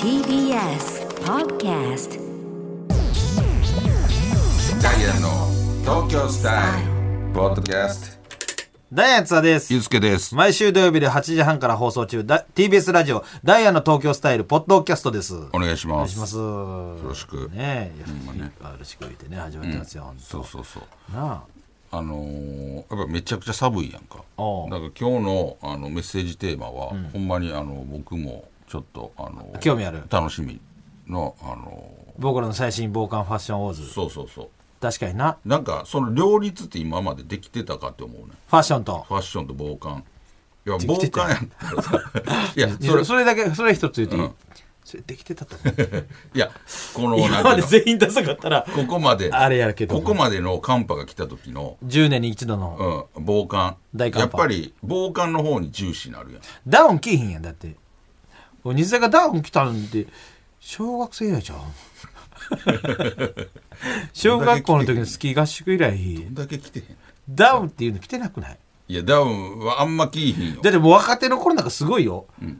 TBS Podcast ダイアンの東京スタイルポッドキャストダイアンツアですゆう。すけです毎週土曜日で8時半から放送中、だ TBS ラジオ、ダイアンの東京スタイル、ポッドキャストです。おお願いしま願いすします。よよろしく、ねえ、ほんまねいっぱいしく言ってね、始まってますよ、本そうそうそう当なあのーやっぱめちゃくちゃ寒いやんかだかおうら今日のあのメッセージテーマは、ほんまにあの僕もちょっとあのあ。興味ある。楽しみのあの僕らの最新防寒ファッションウォーーズ。そうそうそ確かにな。うなんかその両立って今までできてたかって思うねファッションと。ファッションと防寒いやで防きてた寒やったら さいやそそれれそれだけ、それ一つ言っていい、うんそれできてたと思う。いやこのなんて今いまうでの全員出さかったら、ここまであれやるけど。ここまでの寒波が来た時の、 10年に一度の。うん、防寒大寒波やっぱり防寒の方に重視なるやんダウン着いひんやん、だって。俺西田がダウン着たんで、小学生以 来じゃん。小学校の時のスキー合宿以来どん、だけ来てへんダウンっていうの着てなくないいやダウンはあんま着いひんよだってもう若手の頃なんかすごいよ。ん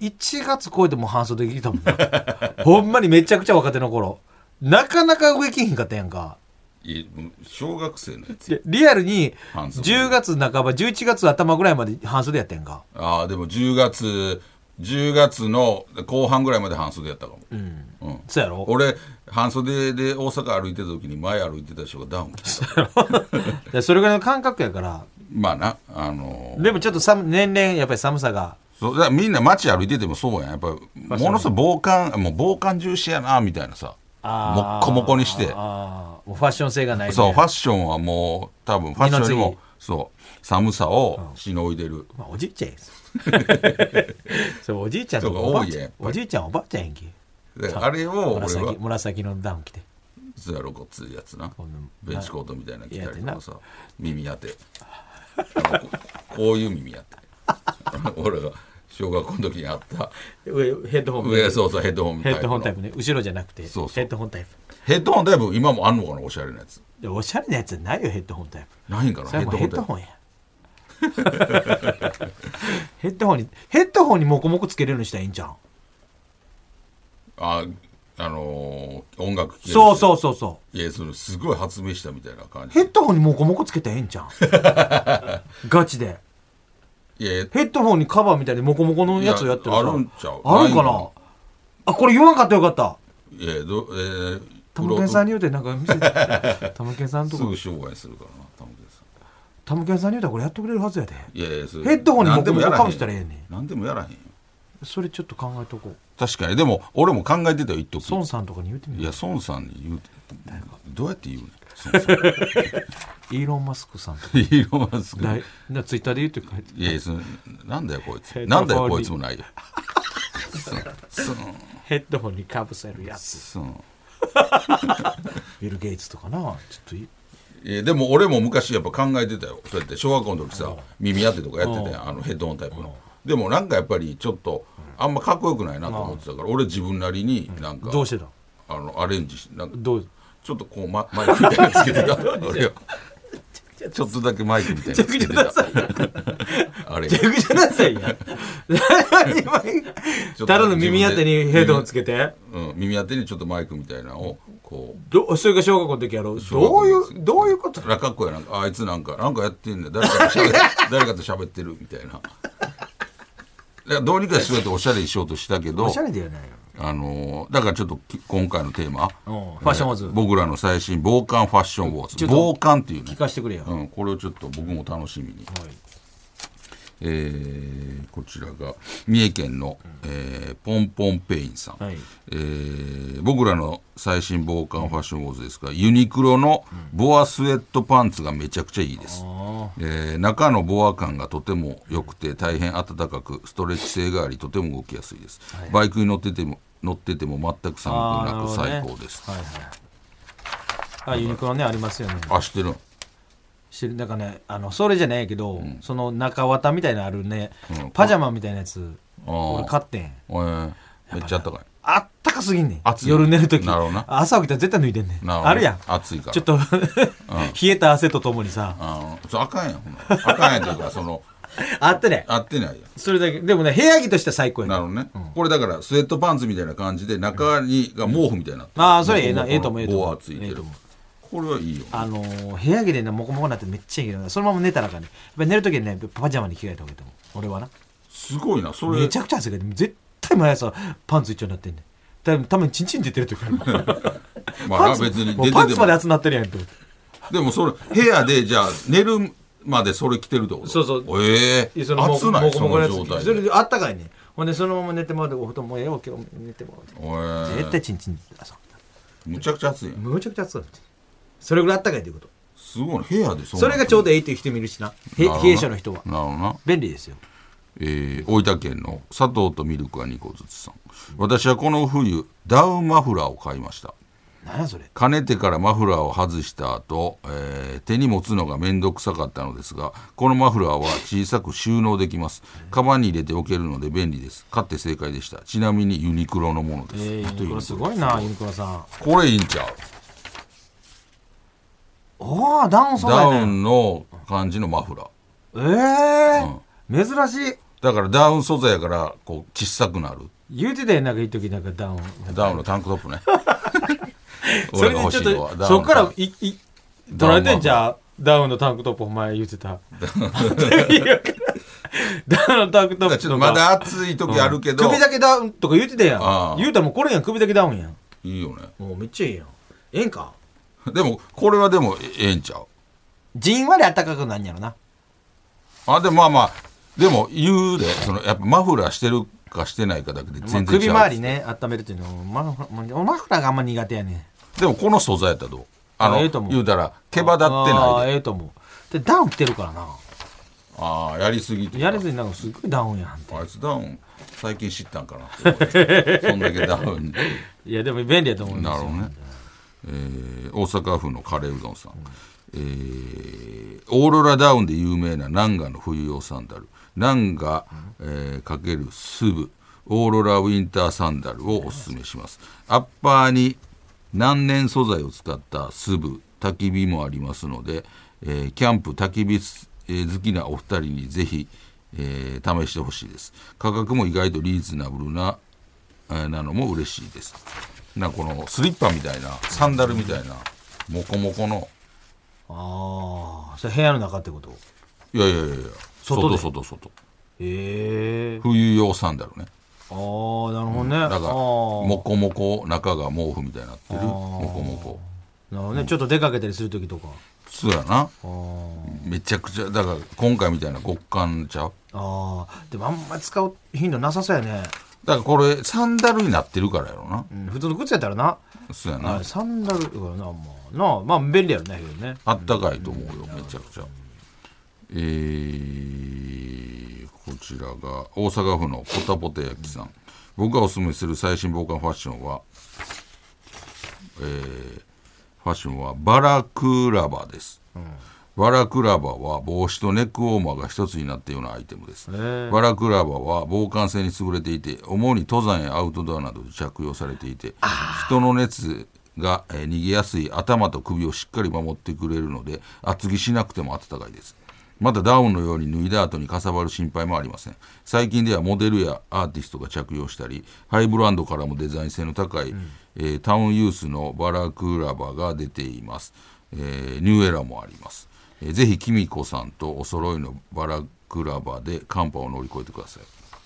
1月超えてもう半袖着てたもんな。 ほんまにめちゃくちゃ若手の頃。なかなか上着ひんかったやんか。いやもう小学生のやつやでリアルに半袖10月半ば、11月頭ぐらいまで半袖やったやんか。ああでも10月10月の後半ぐらいまで半袖やったかも、うん。うんそうやろ俺半袖で大阪歩いてた時に前歩いてた人がダウン着てた でそれぐらいの感覚やから、まあなあのーでもちょっと寒年々やっぱり寒さがそうだからみんな街歩いててもそうやんやっぱものすごい防寒もう防寒重視やなみたいなさもあっーこもこにしてあーもうファッション性がないみたいそう、なファッションはもう、多分ファッションより二のも次、そう、寒さをしのいでる。まあ、おじいちゃんやん そうおじいちゃんとかそうおばあ多いちねゃやっんぱりおじいちゃんおばあちゃんやんけであれを俺は紫、紫のダウン着てずやろごっついやつなこんな。ベンチコートみたいなの着たりといやかでさ、耳当て。あのここういう耳当て。 俺が小学校の時にあった、上ヘッドホン上、そうそう、ヘッドホンタヘイプッドホンタイプのね後ろじゃなくてそうそうヘッドホンタイプヘッドホンタイプ、今もあんのかな、おしゃれなやつ。でおしゃれなやつないよヘッドホンタイプないんかな、それはもうヘッドホンタインやヘッドホンにヘッドホンにモコモコつけれるようにしたらいいんじゃんプ。あ、あのー、音楽聴けるそうそうそうそうう。いや、それすごい発明したみたいな感じヘ。ッドホンにモコモコつけたらええんじゃん ガチでいや、ヘッドホンにカバーみたいでモコモコのやつをやってるさいやあるんちゃうあるんかないなのあこれ言わんかったらよかったいや、ど、えー、玉ンさんに言うてなんか見せて 玉ンさんとすかぐ商売するからな、タモケンさん。玉ンさんに言うたらこれやってくれるはずやでいやいや、それヘッドホンに何でもやらへん僕も被したらええねん何でもやらへんよ。それちょっと考えとこう確かに、でも、俺も考えてたよ、言っとく。孫さんとかに言うてみいよや、う孫さんに言うて、どうやって言うねん。孫さんイーロン・マスクさんとかイーロンマスク。だいなツイッターで言うて書いていやいや、そのなんだよ、こいヘつ。ッドホなンんだよ、こいつもないよ。そんヘッドホンにかぶせるやつそんビル・ゲイツとかなちょっといいやでも俺も昔やっぱ考えてたよそうやって小学校の時さ耳当てとかやってたやんあのヘッドホンタイプのでもなんかやっぱりちょっとあんまかっこよくないなと思ってたから俺自分なりになんかどうしてたあのアレンジしなんかどうちょっとこう、ま、マイクみたいなのつけてた俺はちょっとだけマイクみたいなのつけてたあれめちゃくちゃなさいやただの耳当てにヘッドホンつけてうん、耳当てにちょっとマイクみたいなのをこうどそれが小学校の時やろ小学ど校ういの時うどういうことらかっこやなんかあいつなんかなんかやってんねん誰かと 喋誰かと喋ってるみたいなだからどうにかしようっておしゃれにしようとしたけどおしゃれだよねあのーだからちょっとき今回のテーマうんファッションウォーズえ僕らの最新防寒ファッションウォーちズょっと防寒っていうね聞、かせてくれよ、うん、これをちょっと僕も楽しみにえーこちらが三重県の、えーポンポンペインさん、はいえー僕らの最新防寒ファッションウォーズですがユニクロのボアスウェットパンツがめちゃくちゃいいです、あえー中のボア感がとても良くて大変暖かくストレッチ性がありとても動きやすいです、バイクに乗ってても乗ってても全く寒くなくあーな最るほどね高ですあはいはいあユニクロねありますよねあ知ってる知るなんかねあのそれじゃないけど、その中綿みたいなのあるね、うんパジャマみたいなやつあー俺買ってんえーめっちゃ暖かいあったかすぎんねん暑い夜寝るときなるほどな朝起きたら絶対脱いでんねんなあるやん暑いからちょ っと冷えた汗とともにさあのそうあかんやんほんならあかんやんというかそのあってね合ってないよそれだけでもね部屋着としては最高やなねるほどね、これだからスウェットパンツみたいな感じで中にが毛布みたいになってる、ああそれええなこのええと思うええと思う棒はついてええると思うこれはいいよあのー部屋着でねモコモコになってめっちゃいいけどそのまま寝たらあかんねやっぱり寝る時にねパジャマに着替えた方がいいと思う俺はなすごいなそれめちゃくちゃ汗かいて絶対毎朝パンツ一丁になってんねんたたまにチンチン出てる時ある まあパンツ別に出ててももうパンツまで熱なってるやんと思ってでもそれ部屋でじゃあ寝るまでそれ着てるってことそうそうええいやそのも暑ないもそこもこののやつ状態それでであったかいねほんでそのまま寝てもらってお布団もうええよ今日寝てもらおっえて絶対チンチン出さむちゃくちゃ暑いやんむちゃくちゃ暑かったそれぐらいあったかいということすごいな部屋でそんなそれがちょうどええっていう人もいるしなへなるほどな冷え性の人はなるほどな便利ですよえー、大分県の佐藤とミルクは2個ずつさん私はこの冬ダウンマフラーを買いました何やそれかねてからマフラーを外した後、えー手に持つのが面倒くさかったのですがこのマフラーは小さく収納できますカバンに入れておけるので便利です買って正解でしたちなみにユニクロのものです、えあとユー、ニクこれロすごいなユニクロさんこれいいんちゃうおおダウンそうダだウねンの感じのマフラーえー珍しいだからダウン素材やからこう小さくなる言うてたやんなんかいい時なんかダウンダウンのタンクトップね それ俺でがち欲しょっいのはとダウそンっのかタンらいい取られてんじゃんダウンのタンクトップお前言って たダウンのタンクトだからップちとょっとかまだ暑い時あるけど、首だけダウンとか言うてたやああん言うたらもうこれやん首だけダウンやんいいよねもうめっちゃいいやんええんかでもこれはでもええんちゃうじんわり暖かくなんやろなあでもまあまあでも言うでそのやっぱマフラーしてるかしてないかだけでまあ全然違首う、周りね温めるっていうのもマフラーマフラーがあんま苦手やねんでもこの素材やったらどうあのええと思う言うたら毛羽立ってああないでええと思うでダウン着てるからなああやりすぎとかやれずになんかすっごいダウンやんあいつダウン最近知ったんかなって 思うそんだけダウンいやでも便利やと思うんでなするよほどね、えー大阪府のカレーうどんさん、えーオーロラダウンで有名なナンガの冬用サンダルナンガ、えーかけるスブオーロラウィンターサンダルをおすすめしますアッパーに難燃素材を使ったスブ焚き火もありますので、えーキャンプ焚き火す、えー好きなお二人にぜひ、えー試してほしいです価格も意外とリーズナブルなえーなのも嬉しいですなんかこのスリッパみたいなサンダルみたいなモコモコのああそれ部屋の中ってこといやいやいやいや外で外外外へえ冬用サンダルねああなるほどね、だからああモコモコ中が毛布みたいになってるあーモコモコなるほどね、ちょっと出かけたりする時とかそうやなあーめちゃくちゃだから今回みたいな極寒ちゃうあーでもあんまり使う頻度なさそうやだね、からこれサンダルになってるからやろなうん、普通の靴やったらな、そうやあなれサンダルとかなまあなあまあ便利やろねけどねあったかいと思うよめちゃくちゃえーこちらが大阪府のポタポタ焼きさん僕がおすすめする最新防寒ファッションはえーファッションはバラクラバです、バラクラバは帽子とネックウォーマーが一つになったようなアイテムです、ーバラクラバは防寒性に優れていて主に登山やアウトドアなどで着用されていて人の熱が、えー逃げやすい頭と首をしっかり守ってくれるので厚着しなくても暖かいですまたダウンのように脱いだ後にかさばる心配もありません最近ではモデルやアーティストが着用したりハイブランドからもデザイン性の高い、えータウンユースのバラクラバが出ています、えーニューエラもあります、えーぜひキミコさんとお揃いのバラクラバで寒波を乗り越えてくださ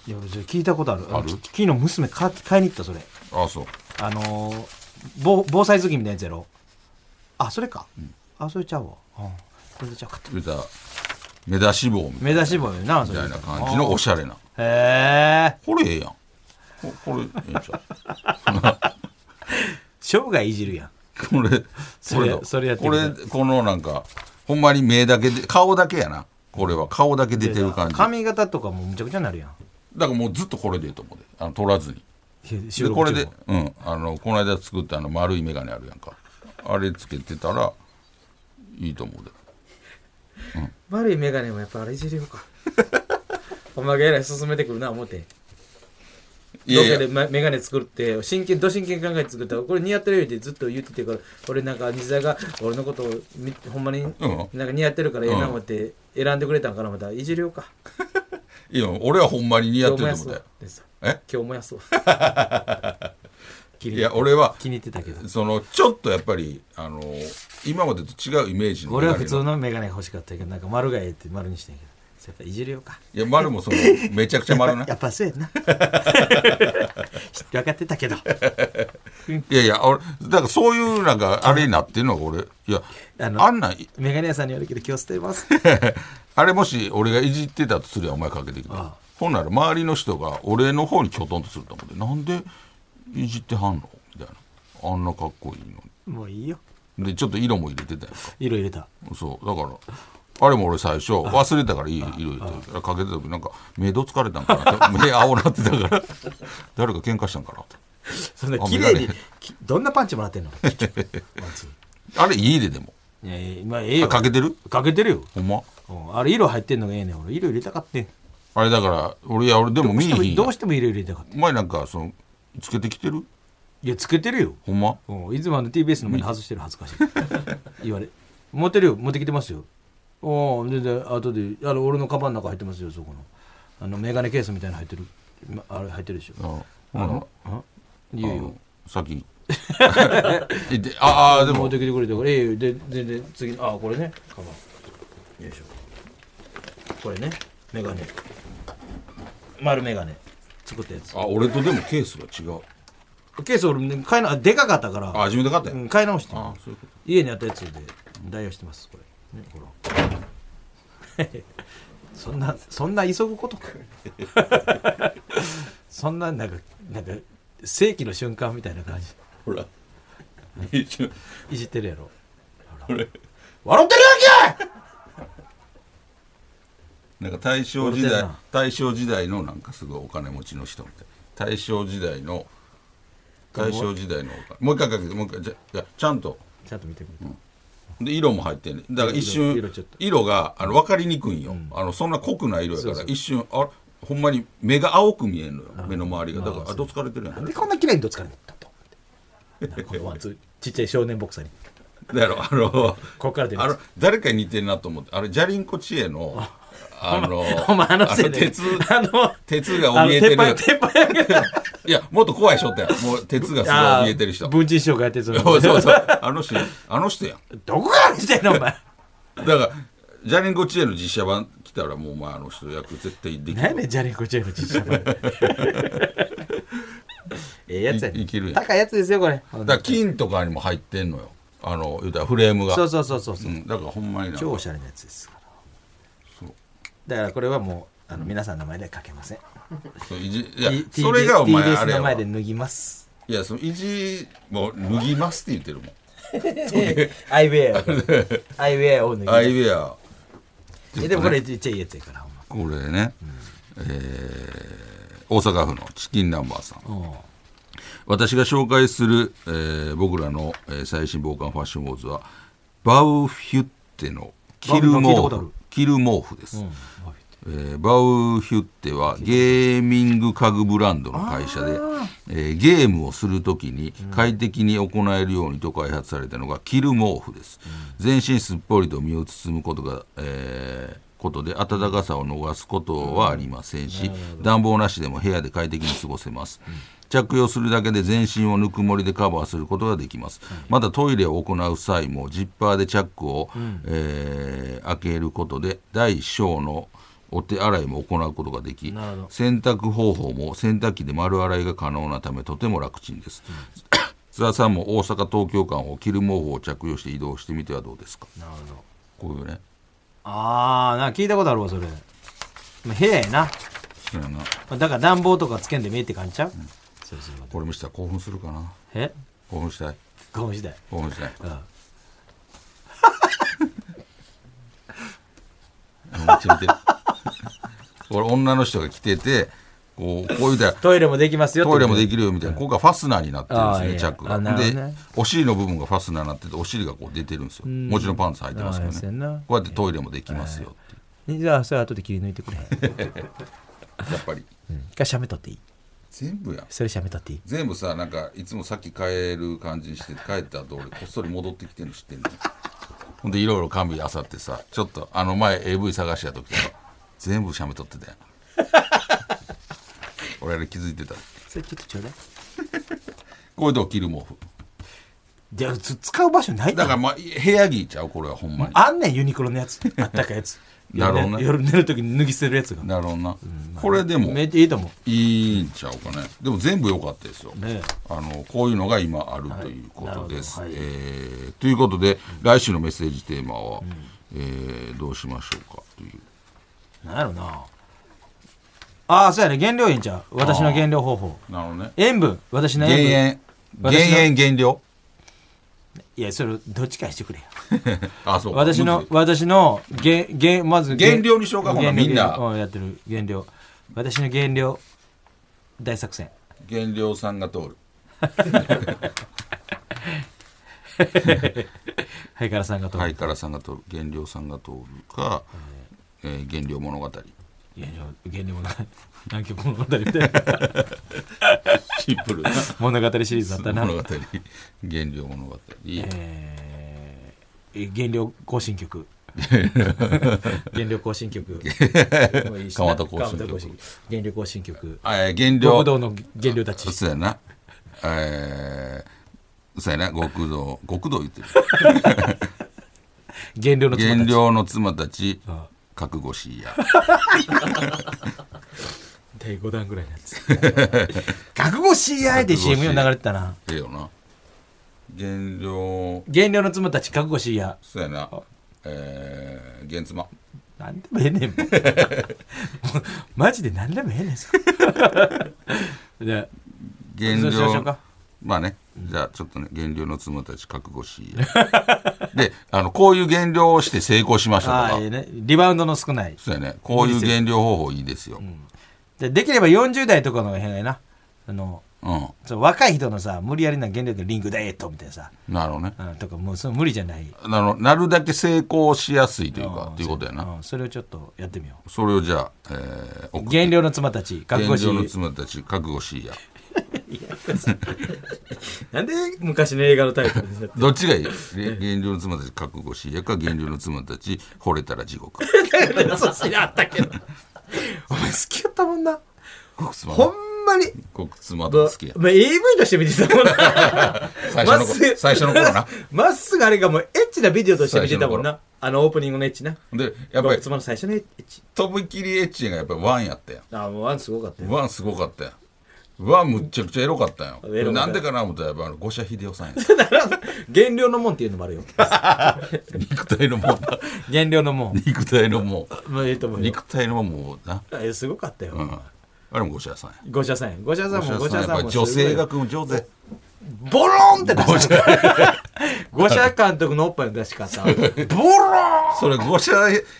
いいや俺それ聞いたことあるある昨日娘買買いに行ったそれあそうあのー、防防災頭巾みたいなやつやろあそれか、あそれちゃうわ、うん、それちゃうかった言うたら目出し帽み目指し棒よなそたれいな感じのおしゃれなへえこれええやんここれええんちゃう 生涯いじるやんこれそれこだそれやってこみたれこのなんかほんまに目だけで顔だけやなこれは顔だけ出てる感じだか髪型とかもむちゃくちゃになるやんらもうずっとこれでいいと思うであの取らずに収で録中もこれでうんあのこの間作ったあの丸い眼鏡あるやんかあれつけてたらいいと思うで丸いメガネ もやっぱあれいじれようかお前がえらい進めてくるな思っていやいやロケでまメガネ作って真剣ど真剣に考えて作ったこれ似合ってるよってずっと言っててから俺なんか西田が俺のことをみほんまにんなんか似合ってるからええな思って選んでくれたんからまたいじりようかいや俺はほんまに似合今って日もるやそと思うんうだよですえ今日もや そう気にいや俺は気に入ってたけどそのちょっとやっぱりあの今までと違うイメージの俺は普通いのメガネが欲しかったけどなんか丸がええって丸にしてんけどやっぱいじるようかや丸もそのめちゃくちゃ 丸なやっぱそうや んな分かってたけどいやいや俺だからそういうなんかあれになってるのが俺いやあのあんなんメガネ屋さんによるけど気を捨てます あれもし俺がいじってたとすりゃお前かけてきああたほんなら周りの人が俺の方にきょとんとすると思ってなんでいじってはんのみたいなあんなかっこいいのもういいよにでちょっと色も入れてたやんか色入れたそうだからあれも俺最初忘れたからいい色入れてかけてた時なんか目どつかれたんかな って目青なってたから 誰か喧嘩したんかなってそんなあ綺麗メにガネきどんなパンチもらってんのパンチあれいいででもいやいやまあええよかけてるかけてるよ、ほんまうんあれ色入ってんのがええねん俺色入れたかってんあれだから俺いや俺でも見にどうしてひんもどやうしても色入れたかってお前なんかそのつけてきてるいやつけてるよほんまうん、いつもあの TBS の前に外してる恥ずかしい 言われ持ってるよ持ってきてますよおお全然後であの俺のカバンの中入ってますよそこのあのメガネケースみたいなの入ってるまあれ入ってるでしあょほあんならのあいいよいいよさっ きいてああで持もってきてくれたからええよで全然次あこれねカバンよいしょこれねメガネ丸メガネ作ったやつあ俺とでもケースが違うケース俺ね買いなでかかったからあ自分で買ったうよん、買い直してあそういうこ家にあったやつで代用してますこれ、ね、ほら そんなそんな急ぐことか そんななんかなんか世紀の瞬間みたいな感じほらいじってるやろこれ笑ってるやんけ なんか大正時笑って代んな大正時代のなんかすごいお金持ちの人みたい大正時代の大正時代のお金もう一回かけてもう一回じゃいやちゃんとちゃんと見てくれ、で色も入ってんねだから一瞬色色ちょっと色があの分かりにくいんよ、あのそんな濃くない色やから一瞬あれほんまに目が青く見えんのよ目の周りがだからあどつかれてるやなんんでこんな綺麗にどつかれたとなんかこのワンツーちっちゃい少年ボクサーにだやろあの こっから出るあの誰かに似てるなと思ってあれじゃりんこ知恵の あのお前あのせいで鉄あの鉄が怯えてるあの鉄板鉄板やけいやもっと怖い人ってもう鉄がすごいあ怯えてる人文珍師匠がやってるその そうそうそう。あの人、あの人やん。 どこから見てんのお前だから、ジャリンコ知恵の実写版来たら、もうお前あの人役絶対でき何やる。ねんジャリンコチェームちっちゃ いのええやつやねいいけるやん高いやつですよこれだから金とかにも入ってんのよ。あの、言うたらフレームが。そうそうそうそう、うん。だからほんまにな。超おしゃれなやつですからそうだからこれはもうあの皆さんの前ではかけませんそういじいや T- それがお前 TBS あれのやわ前でい脱ぎますやそのいじもう脱ぎますって言ってるもんアイウェアアイウェアを脱ぎまアイすウェアえでもこれ言っちゃいいやつやからほんまこれね、えー大阪府のチキン南蛮さん私が紹介する、えー僕らの、えー最新防寒ファッションウォーズはバウフィュッテのキルバウフィュ毛ッテ聞いたことある布キル毛布です、えーバウヒュッテはゲーミング家具ブランドの会社で、えーゲームをするときに快適に行えるようにと開発されたのがキル毛布です、全身すっぽりと身を包むことが、えーことで暖かさを逃すことはありませんし、暖房なしでも部屋で快適に過ごせます、着用するだけで全身をぬくもりでカバーすることができます、またトイレを行う際もジッパーでチャックを、えー開けることで大小のお手洗いも行うことができなるほど洗濯方法も洗濯機で丸洗いが可能なためとても楽ちん です、津田さんも大阪東京間を着る毛布を着用して移動してみてはどうですかなるほどこういうねああなんか聞いたことあるわそれまあ部屋やなそうやなまあだから暖房とかつけんでもええって感じちゃう、そうそうこれ見したら興奮するかなえ興奮したいこの時代興奮した いうんめっちゃ見て るこれ女の人が着ててこうこういうたらトイレもできますよトイレもでききるよみたいな、ここがファスナーになってるんですあーいね、やチャックあが。なるほどねで、お尻の部分がファスナーになってて、お尻がこう出てるんですよ。もちろんパンツ履いてますけあーどそうやなね。こうやってトイレもできますよっていうじゃあそれ後で切り抜いてくれやっぱり。一回しゃべっとっていい全部やんそれしゃべったっていい全部さなんかいつもさっき帰る感じにして帰った後俺こっそり戻ってきてるの知ってんの ほんでいろいろ神あさってさちょっとあの前 AV 探した時とか全部しゃめとってたやん 俺あれ気づいてたそれちょっとちょうだいこういうとこ着る毛布じゃあつ使う場所ないだかららまあ部屋着ちゃうこれはほんまにあんねんユニクロのやつあったかいやつ なるほどね夜夜寝るときに脱ぎ捨てるやつがなるほどな、これでもめっちゃいいと思いいんちゃうかねでも全部良かったですよ、うねあのこういうのが今あるということです。はいなえるほーということで、来週のメッセージテーマは、えーどうしましょうかという。えなんやろなああそうやね減量いいんちゃう私の減量方法なるほどね。塩分私の減塩分塩私の減塩減量 いやそれどっちかにしてくれよあそうか私のむずい私の減減まず減量にしようかほな減量みんなうやってる減量私の減量大作戦減量さんが通る。ハイカラさんがと、ハイカラさんが通る。減量さんが通るか、えー減量物語。減量 減量もない南極物語みたいな シンプ ルな物語シリーズだったな物語。 減量物語。えー、減量更 新曲減量更新曲もういいし蒲田行進曲蒲田行進減量更新曲あえー減量極道の減量たちそうやな。えー、そうやな。極道、極道言ってる。減量の妻た減ち量の妻たちあ覚悟しいや第5弾ぐらいのやつ 覚悟し合えで CM よう流れてたなええよな減量減量の妻たち覚悟しやそうやなえー、減妻なんでもええねんも うもうマジでなんでもえ えねんそれで減そうしましょう量かまあねじゃあちょっとね減量の妻たち覚悟しいやであのこういう減量をして成功しましたあとあかいいねリバウンドの少ないそうやねこういう減量方法いいですよでできれば40代とかの方が変がいいなあのうんそう若い人のさ無理やりな減量でリングダイエットみたいなさなるほどねうんとかもうその無理じゃないあのなるだけ成功しやすいというかんということやなうんそれをちょっとやってみよそれをじゃあ、えー、送ってう減量の妻たち覚悟し減量 の妻たち覚悟しいやなんで昔の映画のタイトルになってどっちがいいれ減量の妻たち覚悟しいやか減量の妻たち惚れたら地獄。そう知らんったけどお前好きやったもんな国妻ほんまに国妻まと好きや。ま AV として見てたもんな 最初のまっす頃ぐ最初の頃な。まっすぐあれがもうエッチなビデオとして見てたもん最初のなあのオープニングのエッチなでやっぱり妻の最初のエッチとびきりエッチがやっぱりワンやったやあもうワンすごかったん。よワンすごかったやん。ワンむっちゃくちゃエロかったやエロん。かったなんでかな思ったらやっぱあの五社秀夫さんやん減量のもんっていうのもある よ肉体のもんな減量のもう肉体のもまあええと思ううよ肉体のもうな。えすごかったよ、うん。あれも五社さんや。ご社さんやご社さんもご五社社さんさんやっぱも女性がす組む上手。ごいボロンって出した ご社監督のおっぱいの出し 方ボロンそれ五社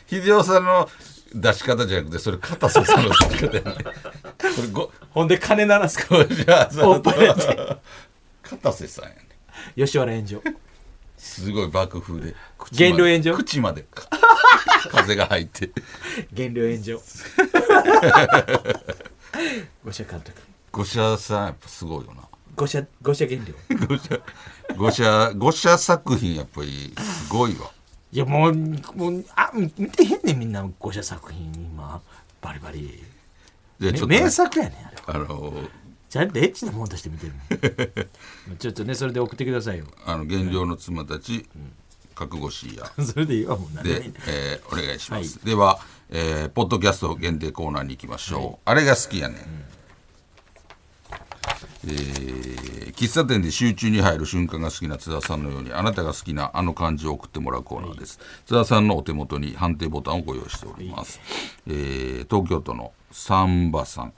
秀夫さんの出し方じゃなくてそれ片瀬さんの出し方やねそれごほんで金鳴らすか五社さんおっぱいやっ片瀬さんやね吉原炎上すごい爆風で口まで減量炎上口までか風が入って減量炎 上ご社監督五社さんやっぱすごいよなご社ご社減量五社五社五社作品やっぱりすごいわいやもうもうあ見てへんねんみんな五社作品今バリバリ、じゃあちょっとね、名作やねんああれのちゃんとエッチなもんとして見てるのちょっとねそれで送ってくださいよ あの減量の妻たち覚悟しいやそれでいいわもう何でもいいでね、えーお願いします、では、えーポッドキャスト限定コーナーに行きましょう、あれが好きやねん、えー喫茶店で集中に入る瞬間が好きな津田さんのようにあなたが好きなあの漢字を送ってもらうコーナーです、津田さんのお手元に判定ボタンをご用意しております、えー東京都のサンバさん、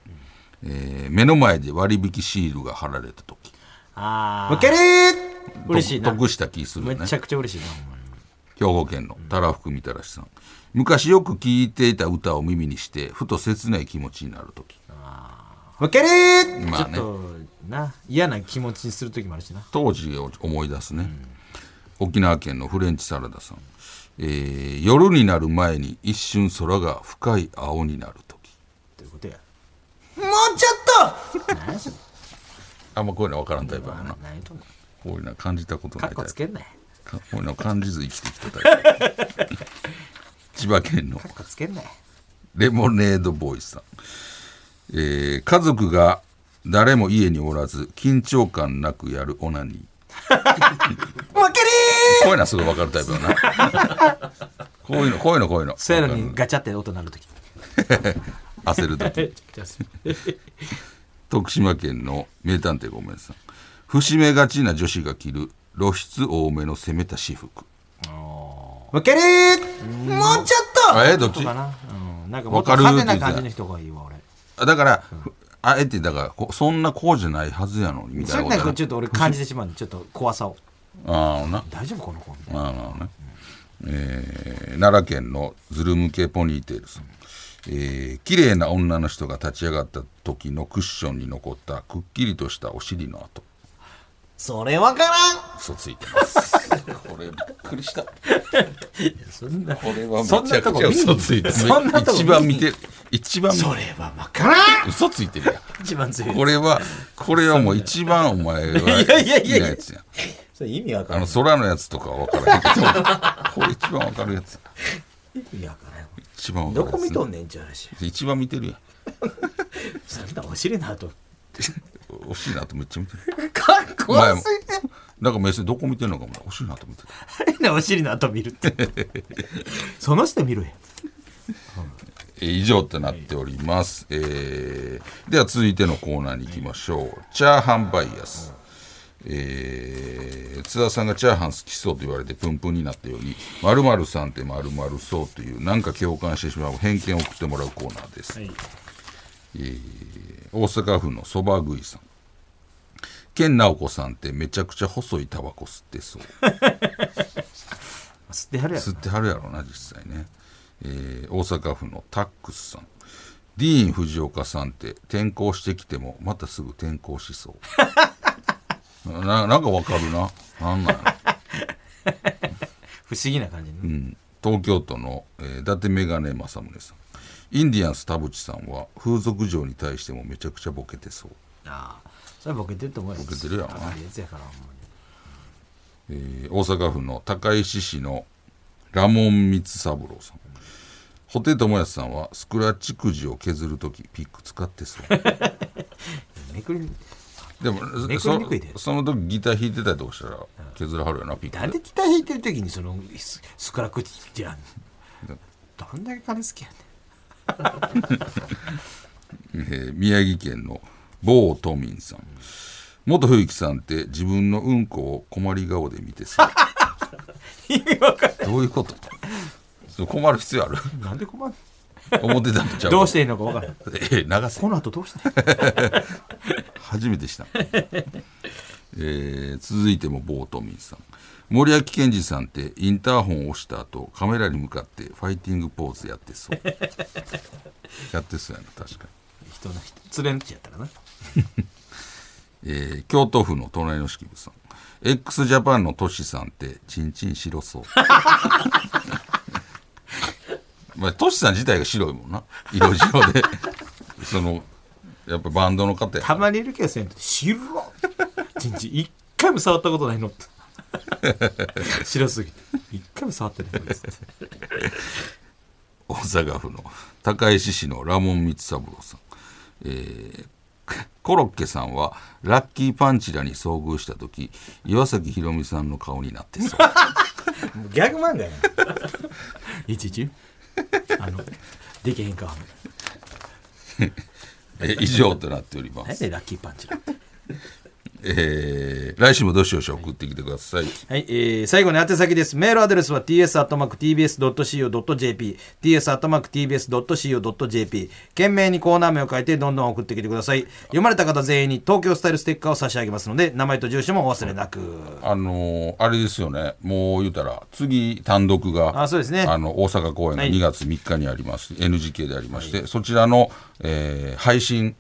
えー目の前で割引シールが貼られた時ああ。むけるー嬉しいな。得した気するよめねちゃくちゃ嬉しいな、ほんまに兵庫県のたらふくみたらしさん昔よく聴いていた歌を耳にしてふと切ない気持ちになる時むけるーまあねちょっと、な、嫌な気持ちにする時もあるしな。当時を思い出すね、沖縄県のフレンチサラダさん、えー夜になる前に一瞬空が深い青になる時ということや。もうちょっ何やそれあんまこういうの分からんタイプやもんなこ何言うとんのういうのは感じたことカないッコタイつプけんなよかこういうのを感じず生きてきたタイプ千葉県のカッコつけんなよレモネードボーイさん、えー家族が誰も家におらず緊張感なくやるオナニー負けりこういうのはすぐ分かるタイプだな こういうのこういうのこういうのそうやのわにかガチャって音鳴るときる焦る時徳島県の名探偵ごめんさん節目がちな女子が着る露出多めの攻めた私服負けりもうちょっとあえーどっとちかなうんなんかもっとわかる派手な感じの人がいいわ俺あだから、あえてだからこそんなこうじゃないはずやのにみそたいれななこんとやかちょっと俺感じてしまうんでちょっと怖さを ああな大丈夫この子みたいなまあまあね、えー奈良県のズル向けポニーテールさん、えー、綺麗な女の人が立ち上がった時のクッションに残ったくっきりとしたお尻の跡それわからん嘘ついてます これびっくりしたこそんなれはめそんちなゃとくこちゃ嘘ついてるそんなとこ一番見てる一番見てそれはわからん嘘ついてるやん一番強いこれはこれはもう一番お前が好きなやつやんいやいやいやいやそれ意味わかあらのん空のやつとかは分からへ んけどこれ一番分かるやつ意味わからん一番分かるやつどこね、見とんねんちゅう話一番見てるやんそんなお尻の後惜しいなとめっちゃ見てる。かっこ前悪もすなんか目線どこ見てるのかもな惜しいなと思ってた。 ぎるなお尻の後見るって その人見るやんえー以上となっております。えーでは続いてのコーナーに行きましょう。チャーハンバイアス。えー津田さんがチャーハン好きそうと言われてプンプンになったように「まるさんってまるそう」というなんか共感してしまう偏見を送ってもらうコーナーです、えー大阪府のそば食いさん健直子さんってめちゃくちゃ細いタバコ吸ってそう吸ってはるやん吸ってはるやろな実際ね、えー大阪府のタックスさんディーン・藤岡さんって転校してきてもまたすぐ転校しそう ななんかわかるななんなんやろ不思議な感じねうん東京都の、えー伊達メガネ正宗さんインディアンス田淵さんは風俗嬢に対してもめちゃくちゃボケてそう、ああそれはボケてると思うよボケてるやろなあいいやつやからほんまにえー大阪府の高石市のラモン光三郎さん布袋寅泰さんはスクラッチくじを削る時ピック使ってそうめくりでもめくりにくいでそその時ギター弾いてたりとかしたら削らはるよなピッなんクででギター弾いてる時にそのススクラクチってやんのどんだけ金好きやねんえー宮城県の某都民さん元冬木さんって自分のうんこを困り顔で見て さどういうことそう困る必 要あるなんで困る思ってたんちゃうどうしていいのか分からんえー流せこの後どうして初めてした、えー続いてもボートミンさん森脇健児さんってインターホンを押した後カメラに向かってファイティングポーズやってそう やってそうやな確かに人の人連れんちやったらなえー京都府の隣の式部さん x ジャパンのトシさんってチンチン白そう まあトシさん自体が白いもんな色白で そのやっぱバンドの方やたまにいるけどせんと白っ人事一回も触ったことない のって白すぎて一回も触ってないのです大阪府の高石市のラモン光三郎さん、えーコロッケさんはラッキーパンチラに遭遇した時岩崎宏美さんの顔になってそうもうギャグ漫画やんいちいちあのできへんかえー以上となっておりま何す、でラッキーパンチだえー来週もどしどし送ってきてくださいはい、えー最後に宛先です。メールアドレスは ts.tbs.co.jp、ts.tbs.co.jp、懸命にコーナー名を書いてどんどん送ってきてください。読まれた方全員に東京スタイルステッカーを差し上げますので、名前と住所もお忘れなく。あのーあれですよねもう言うたら次単独があそうですねあの大阪公演がはい2月3日にあります、NGK でありまして、そちらの、えー配信、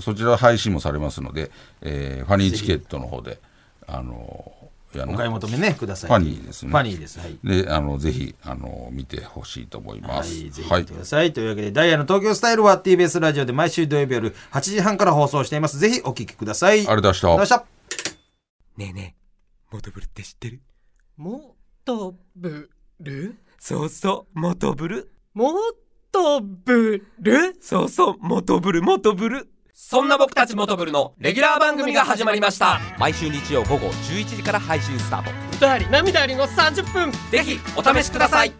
そちらは配信もされますので、えーファニーチケットの方であのーやなお買い求めねくださいファニーですねファニーですはいであのぜひあの見てほしいと思いはます。い、ぜひ見てください。というわけで、ダイヤの東京スタイルは TBS ラジオで毎週土曜日夜8時半から放送しています。ぜひお聞きください。ありがとうございましたありがとうございました。ねえねえモトブルって知ってるもっとぶるそうそうモトブルもっとぶるそうそうモトブルモトブルそんな僕たちモトブルのレギュラー番組が始まりました毎週日曜午後11時から配信スタート歌あり涙ありの30分ぜひお試しください